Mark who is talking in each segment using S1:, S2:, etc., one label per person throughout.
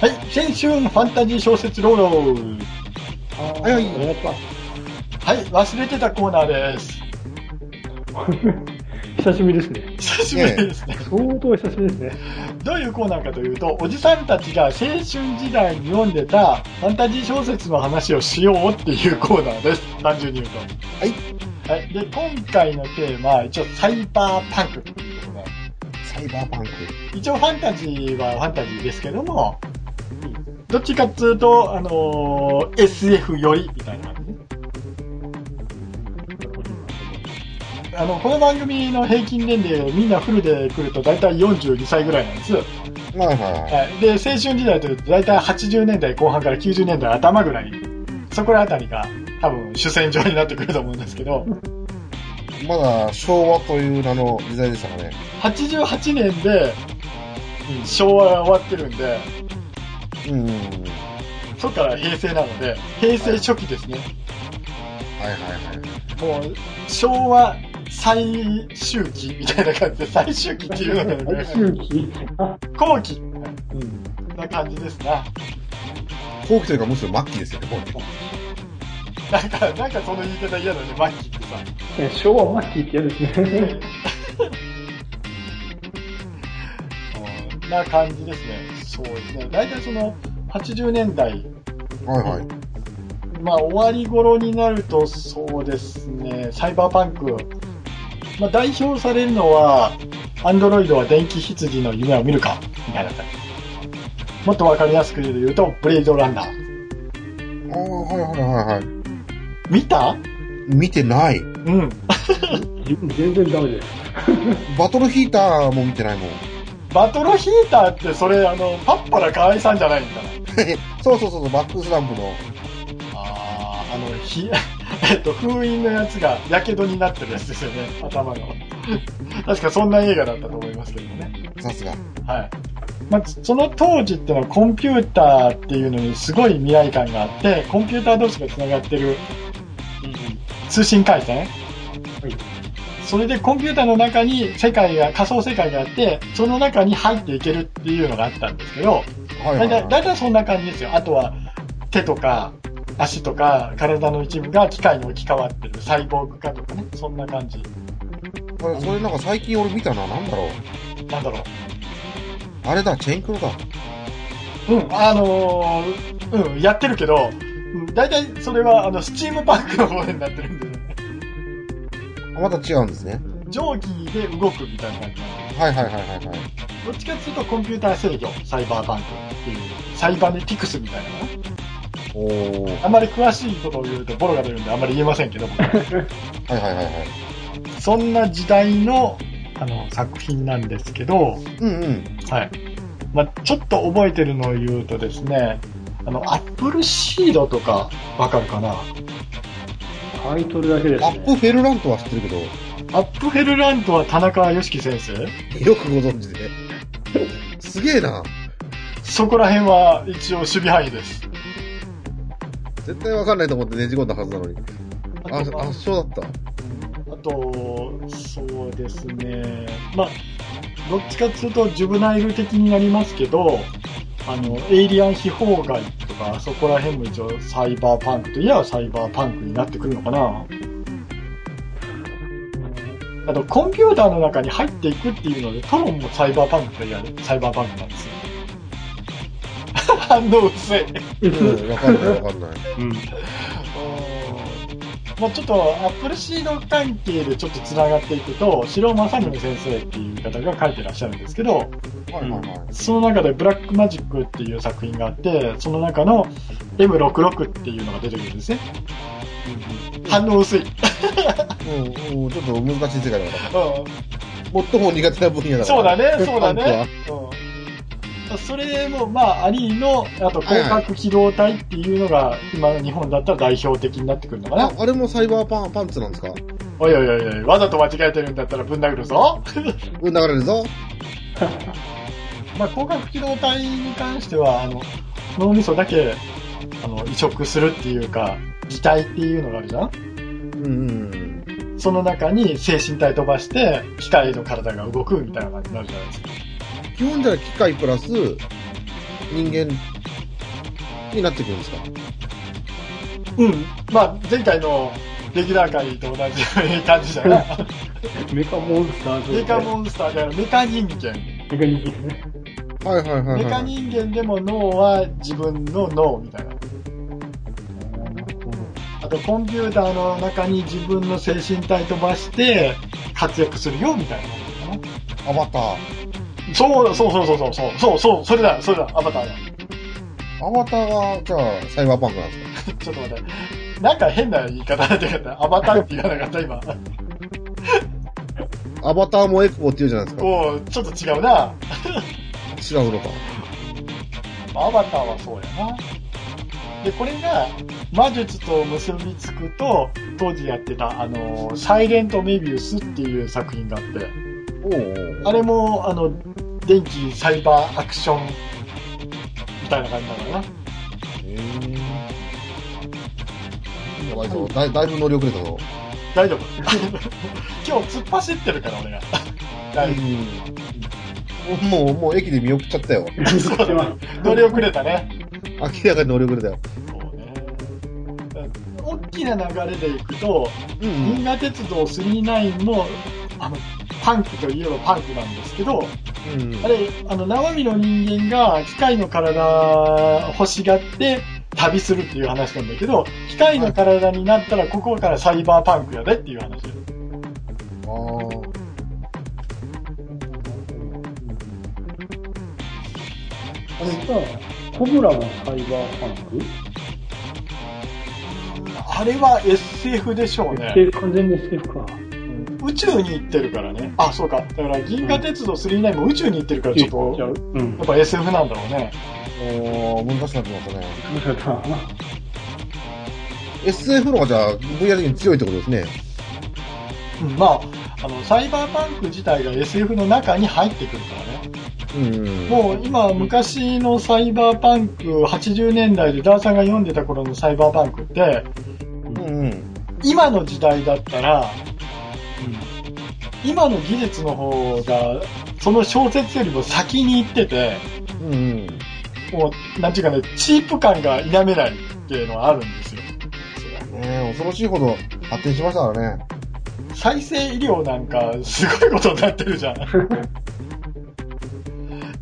S1: はい、青春ファンタジー小説ローロー。はいはい
S2: お願いします。
S1: はい、忘れてたコーナーです。
S2: 久しぶりですね。
S1: 久しぶりですね。
S2: 相当久しぶりですね。
S1: どういうコーナーかというと、おじさんたちが青春時代に読んでたファンタジー小説の話をしようっていうコーナーです。単純に言うと。はい。はい。で、今回のテーマは一応サイバーパンクっていうことで。
S3: サイバーパンク。
S1: 一応ファンタジーはファンタジーですけども、どっちかっつうと、あのー SF よりみたいな感じねあの、この番組の平均年齢、みんなフルで来ると大体42歳ぐらいなんです。は。
S3: まあはい
S1: で、青春時代というと大体80年代後半から90年代頭ぐらい、そこら辺りが多分主戦場になってくると思うんですけど、
S3: い。まだ昭和という名の時代でしたかね。
S1: 88年で、うん昭和が終わってるんで、
S3: うん。はい
S1: そっから平成なので、平成初期ですね。
S3: はいはい。
S1: もう、昭和最終期みたいな感じで、最終期っていうのが
S2: 最
S1: ね、
S2: 終期。あ、
S1: 後期
S2: うん。
S1: な感じですな。
S3: 後期というかむしろ末期ですよね、後期。
S1: なんか、なんかその言い方嫌だね、マッキーってさ。
S2: え 昭和末期ってやつですね。
S1: な感じですね。そうですね。大体その、80年代、
S3: はいはい。
S1: まあ終わり頃になると、そうですね、サイバーパンク。まあ代表されるのは、アンドロイドは電気羊の夢を見るか、みたいな感じ。もっとわかりやすく言うと、ブレードランナー。
S3: ああ、はいはいはいはい。
S1: 見た
S3: 見てない。
S1: うん。
S2: 自分全然ダメです。
S3: バトルヒーターも見てないもん。
S1: バトルヒーターってそれ、あの、パッパラ河合さんじゃないんだな。
S3: そうそうそうそう、バックスランプの。
S1: ああ、あの、ひ、 えっと、封印のやつが、やけどになってるやつですよね、頭の。確かそんな映画だったと思いますけどね。
S3: さすが。
S1: はい。まあ、その当時ってのはコンピューターっていうのにすごい未来感があって、コンピューター同士が繋がってる通信回線
S2: はい。
S1: それでコンピューターの中に世界が、仮想世界があって、その中に入っていけるっていうのがあったんですけど、
S3: はいは
S1: 大
S3: い、は
S1: 体、
S3: い。
S1: 大体そんな感じですよ。あとは、手とか、足とか、体の一部が機械に置き換わってる、サイボーグ化とかね、そんな感じ。
S3: これ、それなんか最近俺見たな、なんだろう。
S1: なんだろ
S3: あれだ、チェンクロだ。
S1: う。うん、あのー、うん、やってるけど、うん大体それは、あの、スチームパンクの方になってるんで、ね、
S3: あまた違うんですね。
S1: 蒸気で動くみたいな感じなんで
S3: はいはいはいはいはい。
S1: どっちかっていうとコンピューター制御、サイバーパンクっていう、サイバネティクスみたいなの
S3: おー。
S1: あんまり詳しいことを言うとボロが出るんであんまり言えませんけど僕
S3: はいはいはいはい。
S1: そんな時代の、あの、作品なんですけど、
S3: うんうん。
S1: はい。まあ、ちょっと覚えてるのを言うとですね、あの、アップルシードとか、わかるかな
S2: タイトルだけです
S3: アップ
S2: ね。
S3: フェルラントは知ってるけど、
S1: アップフェルラントは田中良樹先生
S3: よくご存知で。すげえな。
S1: そこら辺は一応守備範囲です。
S3: 絶対わかんないと思ってねじ込んだはずなのに。あ、
S1: あとは
S3: 圧勝だっ
S1: あと、そうですね。まあ、どっちかっていうと、ジュブナイル的になりますけど、あの、エイリアン秘宝外とか、そこら辺も一応サイバーパンクといえばサイバーパンクになってくるのかな。あと、コンピューターの中に入っていくっていうので、トロンもサイバーパンクといえばサイバーパンクなんですよ。 反応薄い。
S3: た。うん、わかんないわかんない。
S2: うん。
S1: まあ、ちょっとアップルシード関係でちょっとつながっていくと白正宗先生っていう方が書いてらっしゃるんですけど
S3: はいはいはい。
S1: その中で「ブラックマジック」っていう作品があってその中の M66 っていうのが出てくるんですね反応薄い、うん、
S3: うん、うん、ちょっと難しい世界だから。最も苦手な分野だから。
S1: そうだねそうだね
S3: パンクは
S1: うんそれもまあアリーのあと広角機動隊っていうのが今の日本だったら代表的になってくるのかな
S3: あ、あれもサイバーパンパンツなんですか
S1: おいおいおいおいわざと間違えてるんだったらぶん殴るぞ
S3: うん、流れるぞ。
S1: まあ、広角機動隊に関しては、あの、脳みそだけ、あの、移植するっていうか、擬態っていうのがあるじゃん
S3: うんうん。
S1: その中に精神体飛ばして、機械の体が動くみたいな感じになるじゃないですか。
S3: 基本じゃあ機械プラス人間になってくるんですか
S1: うん。まあ、前回のレギュラー会と同じ感じじゃない。
S2: メカモンスター状 態
S1: メカモンスターじゃない、メカ人間。
S2: メカ人気ですね。
S3: はいはいはい、
S1: メカ人間でも脳は自分の脳みたいな。あと、コンピューターの中に自分の精神体飛ばして活躍するよ、みたいなことか
S3: アバター。
S1: な。そう、そうそうそうそう、そう、そう、そう、それだ、それだ、アバターだ。
S3: アバターは、じゃあ、サイバーパンクなんですか
S1: ちょっと待って。なんか変な言い方でアバターって言わなかった、今。
S3: アバターもエクボって言うじゃないで
S1: おうちょっと違うな。
S3: すか。違うのか。
S1: アバターはそうやな。で、これが魔術と結びつくと、当時やってた、あの、サイレントメビウスっていう作品があって、
S3: おうおう
S1: あれも、あの、電気サイバーアクションみたいな感じなのかな。
S3: へーやばいぞ。だいだいぶ乗り遅れたぞ。
S1: 大丈夫。 今日突っ走ってるから、俺が。大丈
S3: うん。もう、もう駅で見送っちゃったよ。
S2: 知ってます。
S1: 夫。乗り遅れたね。
S3: 明らかに乗り遅れたよ。
S1: そうね。大きな流れでいくと、
S3: うん
S1: 銀河鉄道999も、あの、パンクといえばパンクなんですけど、
S3: うん。うん
S1: あ。れ、あの、生身の人間が機械の体欲しがって旅するっていう話なんだけど、機械の体になったらここからサイバーパンクやでっていう話。
S3: あー
S2: あれさ、コブラのサイバーパンク
S1: あれは SF でしょうね。
S2: SF 完全に SF か。
S1: 宇宙に行ってるからね。あ、そうか。だから銀河鉄道999も宇宙に行ってるからちょっ
S2: ちゃ
S1: と、
S2: う。うん
S1: やっ。ぱ SF なんだろうね。
S3: おー、難しくなってますね。
S2: 面白かったな。
S3: SF の方がじゃあ、分野的に強いってことですね。
S1: うん、まあ、あの、サイバーパンク自体が SF の中に入ってくるからね。
S3: うん。
S1: もう今、昔のサイバーパンク、80年代でダーさんが読んでた頃のサイバーパンクって、
S3: うんうん。
S1: 今の時代だったら、今の技術の方が、その小説よりも先に行ってて、
S3: うんうん。
S1: もう、なんていうかね、チープ感が否めないっていうのはあるんですよ。
S3: ねえ恐ろしいほど発展しましたからね。
S1: 再生医療なんか、すごいことになってる じゃん。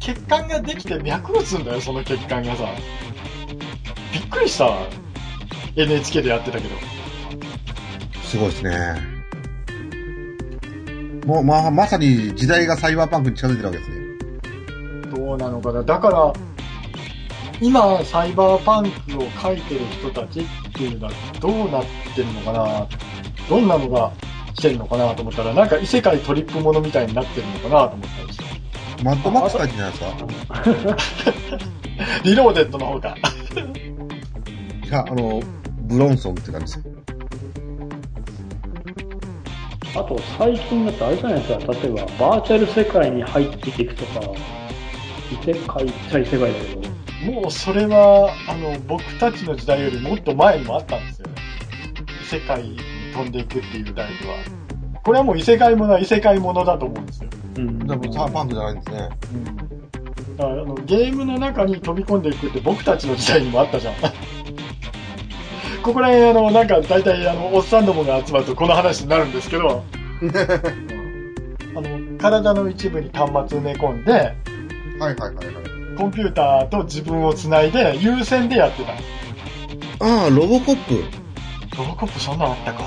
S1: 血管ができて脈打つんだよ、その血管がさ。びっくりしたわ。NHK でやってたけど。
S3: すごいですね。もう、まあ、まさに時代がサイバーパンクに近づいてるわけですね。
S1: どうなのかな。だから、今、サイバーパンクを書いてる人たちっていうのはどうなってるのかな。どんなのがしてるのかなと思ったら、なんか異世界トリップものみたいになってるのかなと思ったんですよ。
S3: マッドマックス書いてんじゃないですか
S1: リローデッドの方が。
S3: いや、あの、ブロンソンって感じです。
S2: あと最近だとあれじゃないですか、例えばバーチャル世界に入っていくとか、異世界っちゃ異世界だけど、
S1: もうそれは、あの、僕たちの時代よりもっと前にもあったんですよね。異世界に飛んでいくっていうライブは。これはもう異世界ものは異世界ものだと思うんですよ。
S2: うん
S3: でもサーパンクじゃないんですね。
S1: だからあのゲームの中に飛び込んでいくって僕たちの時代にもあったじゃん。 ここら辺あの、なんか大体あの、おっさんどもが集まるとこの話になるんですけど、あの、体の一部に端末埋め込んで、
S3: はいはいはいはい。
S1: コンピューターと自分をつないで優先でやってた。
S3: ああ、ロボコップ。
S1: ロボコップそんなのあったか。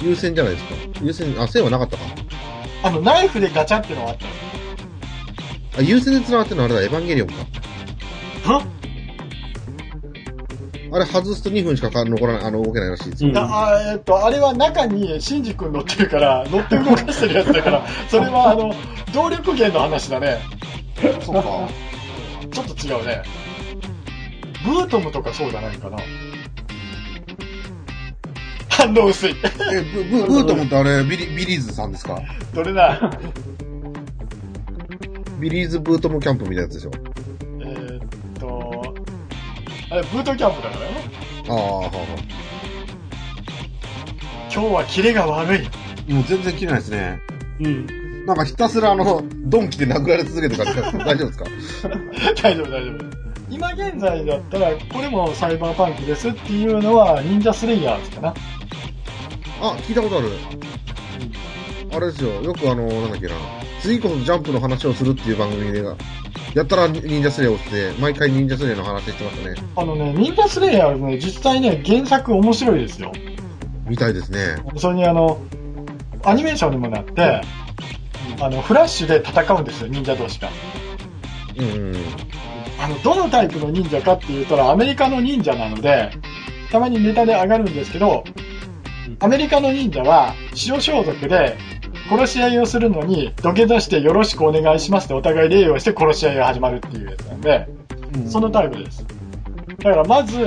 S3: 優先じゃないですか。優先、あ、線はなかったか。
S1: あの、ナイフでガチャってのはあったよ。
S3: あ、優先で繋がってるのはあれだ、エヴァンゲリオンか。
S1: は
S3: あれ外すと2分しかか残らない、あの、動けないらしいですよ。
S2: うん
S1: ああえっと、あれは中にシンジ君乗ってるから、乗って動かしてるやつだから、それはあの、動力源の話だね。
S3: そうか。
S1: ちょっと違うね。ブートムとかそうじゃないかな。反応薄い。
S3: え、ブ、ブ、ブーと思ってあれ、ビリ、ビリーズさんですか
S1: どれだ
S3: ビリーズブートムキャンプみたいなやつでしょ。
S1: えーっと、あれ、ブートキャンプだからね。
S3: ああ、はあ、は
S1: 今日はキレが悪い。
S3: あ。もう全然切れないですね。
S2: うん。
S3: なんかひたすらあの、ドンキで殴られ続けてるから大丈夫ですか
S1: 大丈夫、大丈夫。今現在だったら、これもサイバーパンクですっていうのは、忍者スレイヤーズかな。
S3: あ、聞いたことある。あれですよ、よくあの、なんだっけな、次こそジャンプの話をするっていう番組で、やったら忍者スレイをして、毎回忍者スレイの話してますね。
S1: あのね、忍者スレイヤーズね、実際ね、原作面白いですよ。
S3: みたいですね。
S1: それにあの、アニメーションにもなって、あの、フラッシュで戦うんですよ、忍者同士が。
S3: うんうん。
S1: あの、どのタイプの忍者かって言ったら、アメリカの忍者なので、たまにネタで上がるんですけど、アメリカの忍者は、塩装束で、殺し合いをするのに、土下座してよろしくお願いしますってお互い礼をして殺し合いが始まるっていうやつなんで、
S3: うん
S1: そのタイプです。だからまず、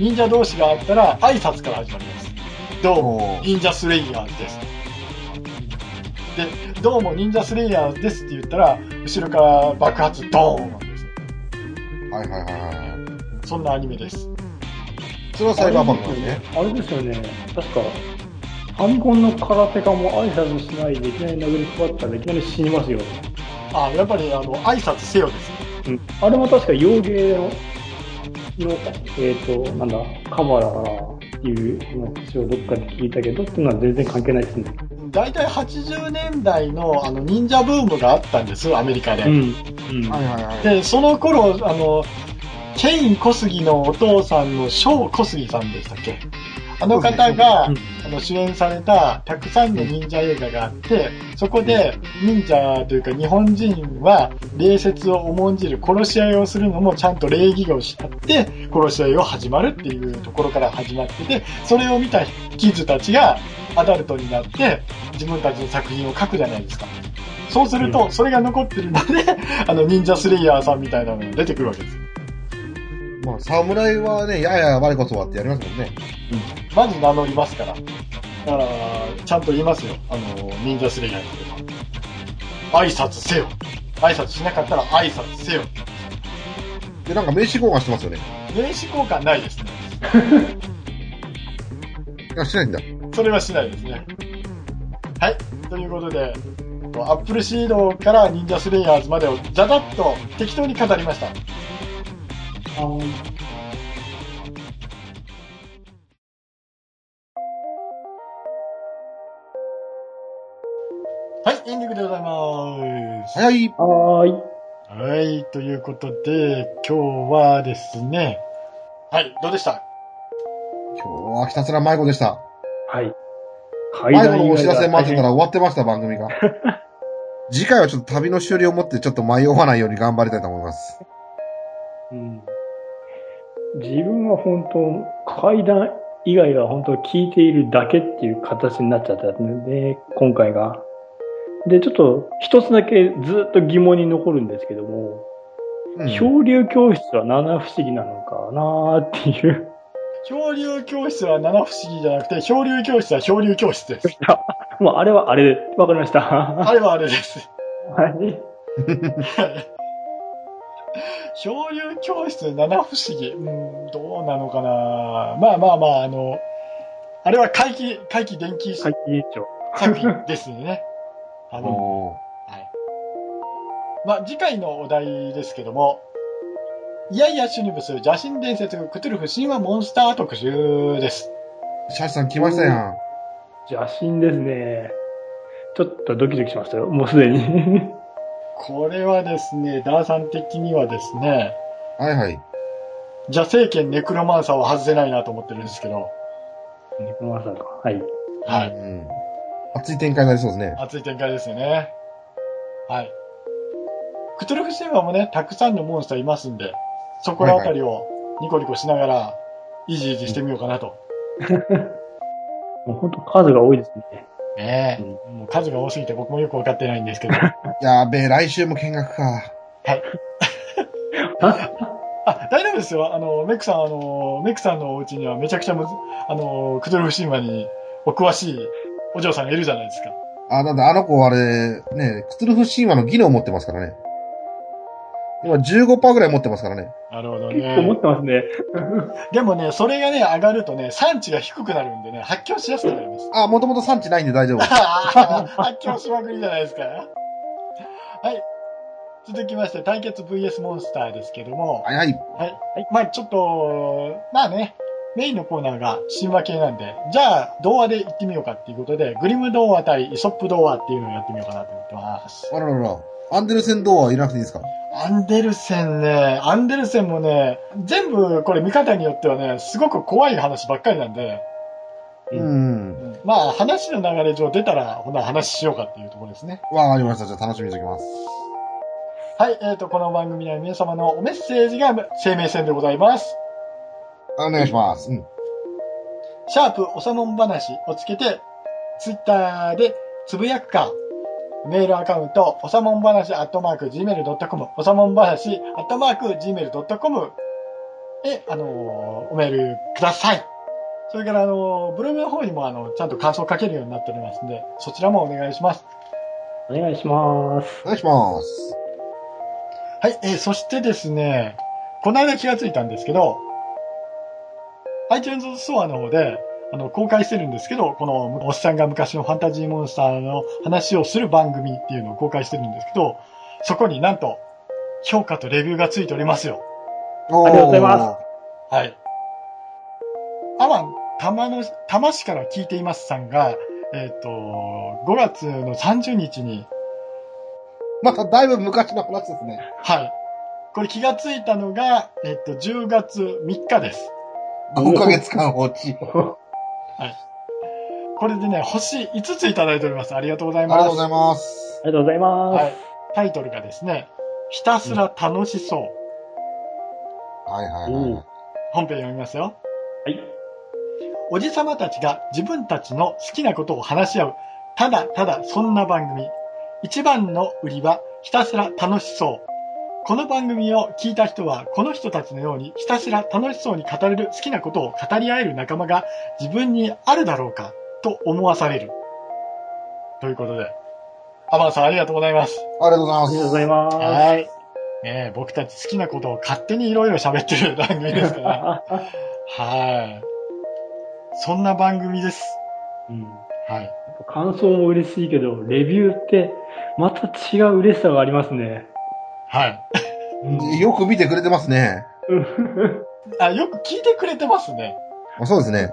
S1: 忍者同士があったら、挨拶から始まります。どうも
S3: お、ー
S1: 忍者スレイヤーズです。で、どうも、忍者スレイヤーズですって言ったら、後ろから爆発、ドーンなんです。
S3: はいはいはいはい。
S1: そんなアニメです。
S3: それはサイバーパンクですね。
S2: あれですよね、確か、ファミコンの空手家も挨拶しないでいきなり殴りかかったらいきなり死にますよ。
S1: あ、やっぱり、あの、挨拶せよです。
S2: うん、あれも確か洋芸の、のえっ、と、なんだ、カバーだからっていう話をどっかで聞いたけど、っていうのは全然関係ないですね。
S1: 大体80年代の、あの、忍者ブームがあったんです、アメリカで。
S2: うん。うん。
S3: はいはいはい。
S1: で、その頃、あの、ケイン小杉のお父さんのショー小杉さんでしたっけあの方が、
S2: うん
S1: あの主演されたたくさんの忍者映画があって、そこで忍者というか日本人は礼節を重んじる殺し合いをするのもちゃんと礼儀をしあって殺し合いを始まるっていうところから始まってて、それを見たキズたちがアダルトになって自分たちの作品を書くじゃないですか。そうする
S2: う
S1: と、それが残ってるので、あの、忍者スレイヤーさんみたいなのが出てくるわけです。
S3: まあ、侍はね、やや我こそはってやりますもんね。
S1: まず名乗りますから。だから、ちゃんと言いますよ。あの、忍者スレイヤーですけど。挨拶せよ。挨拶しなかったら挨拶せよ。
S3: で、なんか名刺交換してますよね。
S1: 名刺交換ないですね。
S3: あ、してないんだ。
S1: それはしないですね。はい。ということで、アップルシードから忍者スレイヤーズまでをざざっと適当に語りました。
S2: あの
S1: はい、エンディングでございます。
S3: 早い。
S2: はーい。
S1: はい、ということで、今日はですね、はい、どうでした
S3: 今日はひたすら迷子でした。
S2: はい。
S3: 迷子のお知らせ待
S2: 待
S3: ってたら終わってました、番組が。次回はちょっと旅の終了をもってちょっと迷わないように頑張りたいと思います。
S2: うん自分は本当、階段以外は本当聞いているだけっていう形になっちゃったので、今回が。で、ちょっと一つだけずっと疑問に残るんですけども、
S3: うん。
S2: 漂流教室は七不思議なのかなーっていう。
S1: 漂流教室は七不思議じゃなくて、漂流教室は漂流教室です。
S2: まあ、あれはあれで、わかりました。は
S1: あれはあれです。
S2: い。
S1: 漂流教室七不思議。うん、どうなのかなまあまあまあ、あの、あれは怪奇、怪奇電気
S2: 会
S1: 作
S2: 議委員長。
S1: 品ですね。あの、
S3: お
S1: はい。まあ、次回のお題ですけども、いやいやシュニブス、邪神伝説、クトゥルフ神話モンスター特集です。
S3: ーシャシさん来ましたやん。
S2: 邪神ですね。ちょっとドキドキしましたよ。もうすでに。
S1: これはですね、ダーさん的にはですね、
S3: はいはい。
S1: 邪聖剣ネクロマンサーは外せないなと思ってるんですけど、
S2: 猫まさか。はい。
S1: はい。
S3: うん。熱い展開になりそうですね。
S1: 熱い展開ですよね。はい。クトゥルフ神話もね、たくさんのモンスターいますんで、そこら辺りをニコニコしながら、いじいじしてみようかなと。
S2: もう本当数が多いですね。
S1: ねえ、もう数が多すぎて僕もよくわかってないんですけど。
S3: やべえ、来週も見学か。
S1: あ、大丈夫ですよ。あの、メックさん、あの、メックさんのお家にはめちゃくちゃむず、あの、クトゥルフ神話にお詳しいお嬢さんがいるじゃないですか。
S3: あ、なんだ、あの子はあれ、ね、クトゥルフ神話の技能を持ってますからね。今15%ぐらい持ってますからね。
S1: なるほど
S2: 結構持っ
S1: ね。
S2: てますね。
S1: でもね、それがね、上がるとね、産地が低くなるんでね、発狂しやすくなります。
S3: あ、もともと産 地ないんで大丈夫。
S1: あー発狂しまくりじゃないですか。はい。続きまして、対決 VS モンスターですけども、
S3: はいはい。
S1: まあちょっと、まあね、メインのコーナーが神話系なんで、じゃあ、童話で行ってみようかっていうことで、グリム童話対イソップ童話っていうのをやってみようかなと思ってます。
S3: あららら。アンデルセン童話いらなくていいですか
S1: アンデルセンね、アンデルセンもね、全部これ見方によってはね、すごく怖い話ばっかりなんで、
S2: う
S3: うんん。
S1: まあ話の流れ上出たら、ほな話しようかっていうところですね。
S3: わかりました。じゃあ楽しみにしておきます。
S1: はい、えっ、と、この番組では皆様のメッセージが生命線でございます。
S3: お願いします。うん。
S1: シャープおさもん話をつけて、ツイッターでつぶやくか、メールアカウント、おさもん話アットマーク gmail.com、おさもん話アットマーク gmail.com へ、あのーおメールください。それから、あのーブログの方にも、あの、ちゃんと感想を書けるようになっておりますんで、そちらもお願いします。
S2: お願いします。
S3: お願いします。
S1: はい、えーそしてですね、この間気がついたんですけど、iTunes ストアの方で、あの、公開してるんですけど、この、おっさんが昔のファンタジーモンスターの話をする番組っていうのを公開してるんですけど、そこになんと、評価とレビューがついておりますよ。
S3: あ
S2: りがとうございま
S1: はい。アマン、玉の、玉市から聞いていますさんが、えっ、と、5月の30日に、
S3: す。まただいぶ昔の話ですね。
S1: はい。これ気がついたのが、えっ、と、10月3日です。
S3: 5ヶ月間放置。
S1: これでね、星5ついただいております。ありがとうござ
S3: あ
S1: い
S3: りが
S1: ま
S3: と
S1: す。
S3: うございます。
S2: ありがとうございます。
S1: はい。タイトルがですね、ひたすら楽しそう。
S3: はいはいはいはい。
S1: 本編読みますよ。
S2: はい。
S1: おじさまたちが自分たちの好きなことを話し合う。ただただそんな番組。一番の売りはひたすら楽しそう。この番組を聞いた人はこの人たちのようにひたすら楽しそうに語れる好きなことを語り合える仲間が自分にあるだろうかと思わされる。ということで、アマンさんありがとうございます。
S3: ありがとうござい
S2: あ
S3: ま
S2: り
S3: す
S2: がとう。ございます。
S1: はい。ねえ、僕たち好きなことを勝手にいろいろ喋ってる番組です から。はい。そんな番組です。
S2: うん
S1: はい。
S2: 感想も嬉しいけど、レビューって、また違う嬉しさがありますね。
S1: はい。
S3: よく見てくれてますね。
S2: うん
S1: あ、よく聞いてくれてますね。
S3: あそうですね。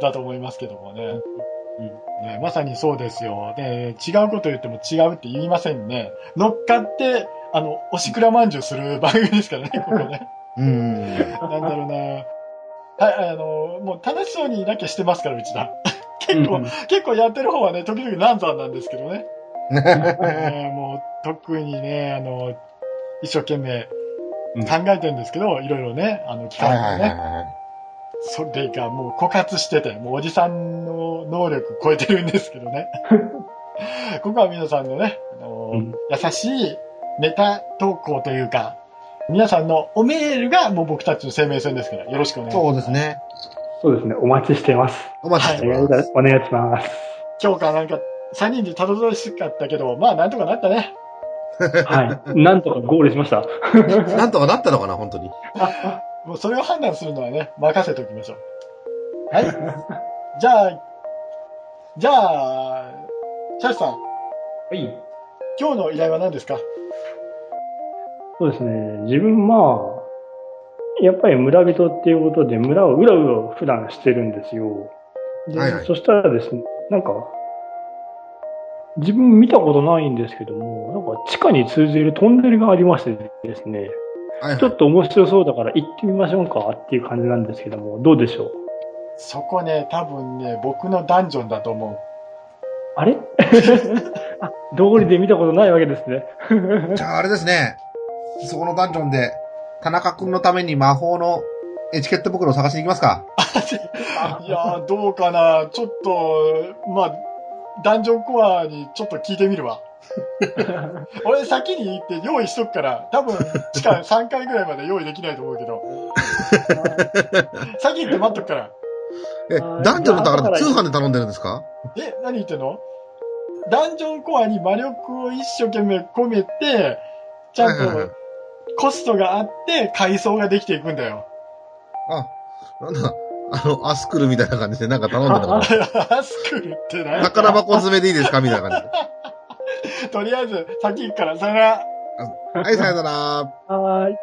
S1: だと思いますけどもね。
S2: うん
S1: ねまさにそうですよ。で、違うこと言っても違うって言いませんね。乗っかって、あの、おしくらまんじゅうする番組ですからね、ここ ね。
S3: うーん。
S1: なんだろうな。はい、あの、もう楽しそうにだけしてますから、うち だ。結構、結構やってる方はね、時々難産なんですけ どね。ねえもう特にね、あの、一生懸命
S2: うん
S1: 考えてるんですけど、いろいろね、あの、機
S3: はい
S1: 械
S3: はい
S1: が
S3: はい
S1: ね、
S3: は
S1: それがもう枯渇してて、もうおじさんの能力超えてるんですけど ね。ここは皆さんのね、あの
S2: うん
S1: 優しいネタ投稿というか、皆さんのおメールがもう僕たちの生命線ですから、よろしくお願
S3: い。
S1: いします。
S3: そうです。ね。
S2: そうですね、お待ちしてます。
S3: お待ちし
S2: お
S3: てます。
S2: 願いお願いします。
S1: 今日かなんか3人でたどたどしかったけど、まあなんとかなったね。
S2: はい。なんとかゴールしました。
S3: なんとかなったのかな、本当に。
S1: もうそれを判断するのはね、任せておきましょう。はい。 じゃあ、じゃあ、チャーシさん、
S2: はい。
S1: 今日の依頼は何ですか
S2: そうですね。自分、まあ、やっぱり村人っていうことで、村をうろうろ普段してるんですよ。で
S3: はいはい
S2: そしたらですね、なんか、自分見たことないんですけども、なんか地下に通じるトンネルがありましてですね、
S3: はい
S2: ちょ
S3: はい
S2: っ。と面白そうだから行ってみましょうかっていう感じなんですけども、どうでしょう
S1: そこね、多分ね、僕のダンジョンだと思
S2: あれ あ、道理で見たことないわけです ね。
S3: じゃああれですね。そこのダンジョンで、田中くんのために魔法のエチケット袋を探しに行きますか。
S1: う。いやー、どうかな。ちょっと、まあ、ダンジョンコアにちょっと聞いてみる わ。俺先に行って用意しとくから、多分、地下3回ぐらいまで用意できないと思うけど、先行って待っとくから。
S3: え、
S2: はい
S3: ダンジョンの宝
S2: まあ
S3: 通販で頼んでるんですか
S1: え、何言ってんのダンジョンコアに魔力を一生懸命込めて、ちゃ
S3: はいはいはい
S1: んとコストがあって階層ができていくんだよ。
S3: あ、なんだ、あの、アスクルみたいな感じでなんか頼んでたか
S1: アスクルって
S3: ら。
S1: ね。
S3: 宝箱詰めでいいですかみたいな感じで。
S1: とりあえず、先行くから、さよなら。
S4: はい、さよなら。
S3: はーい。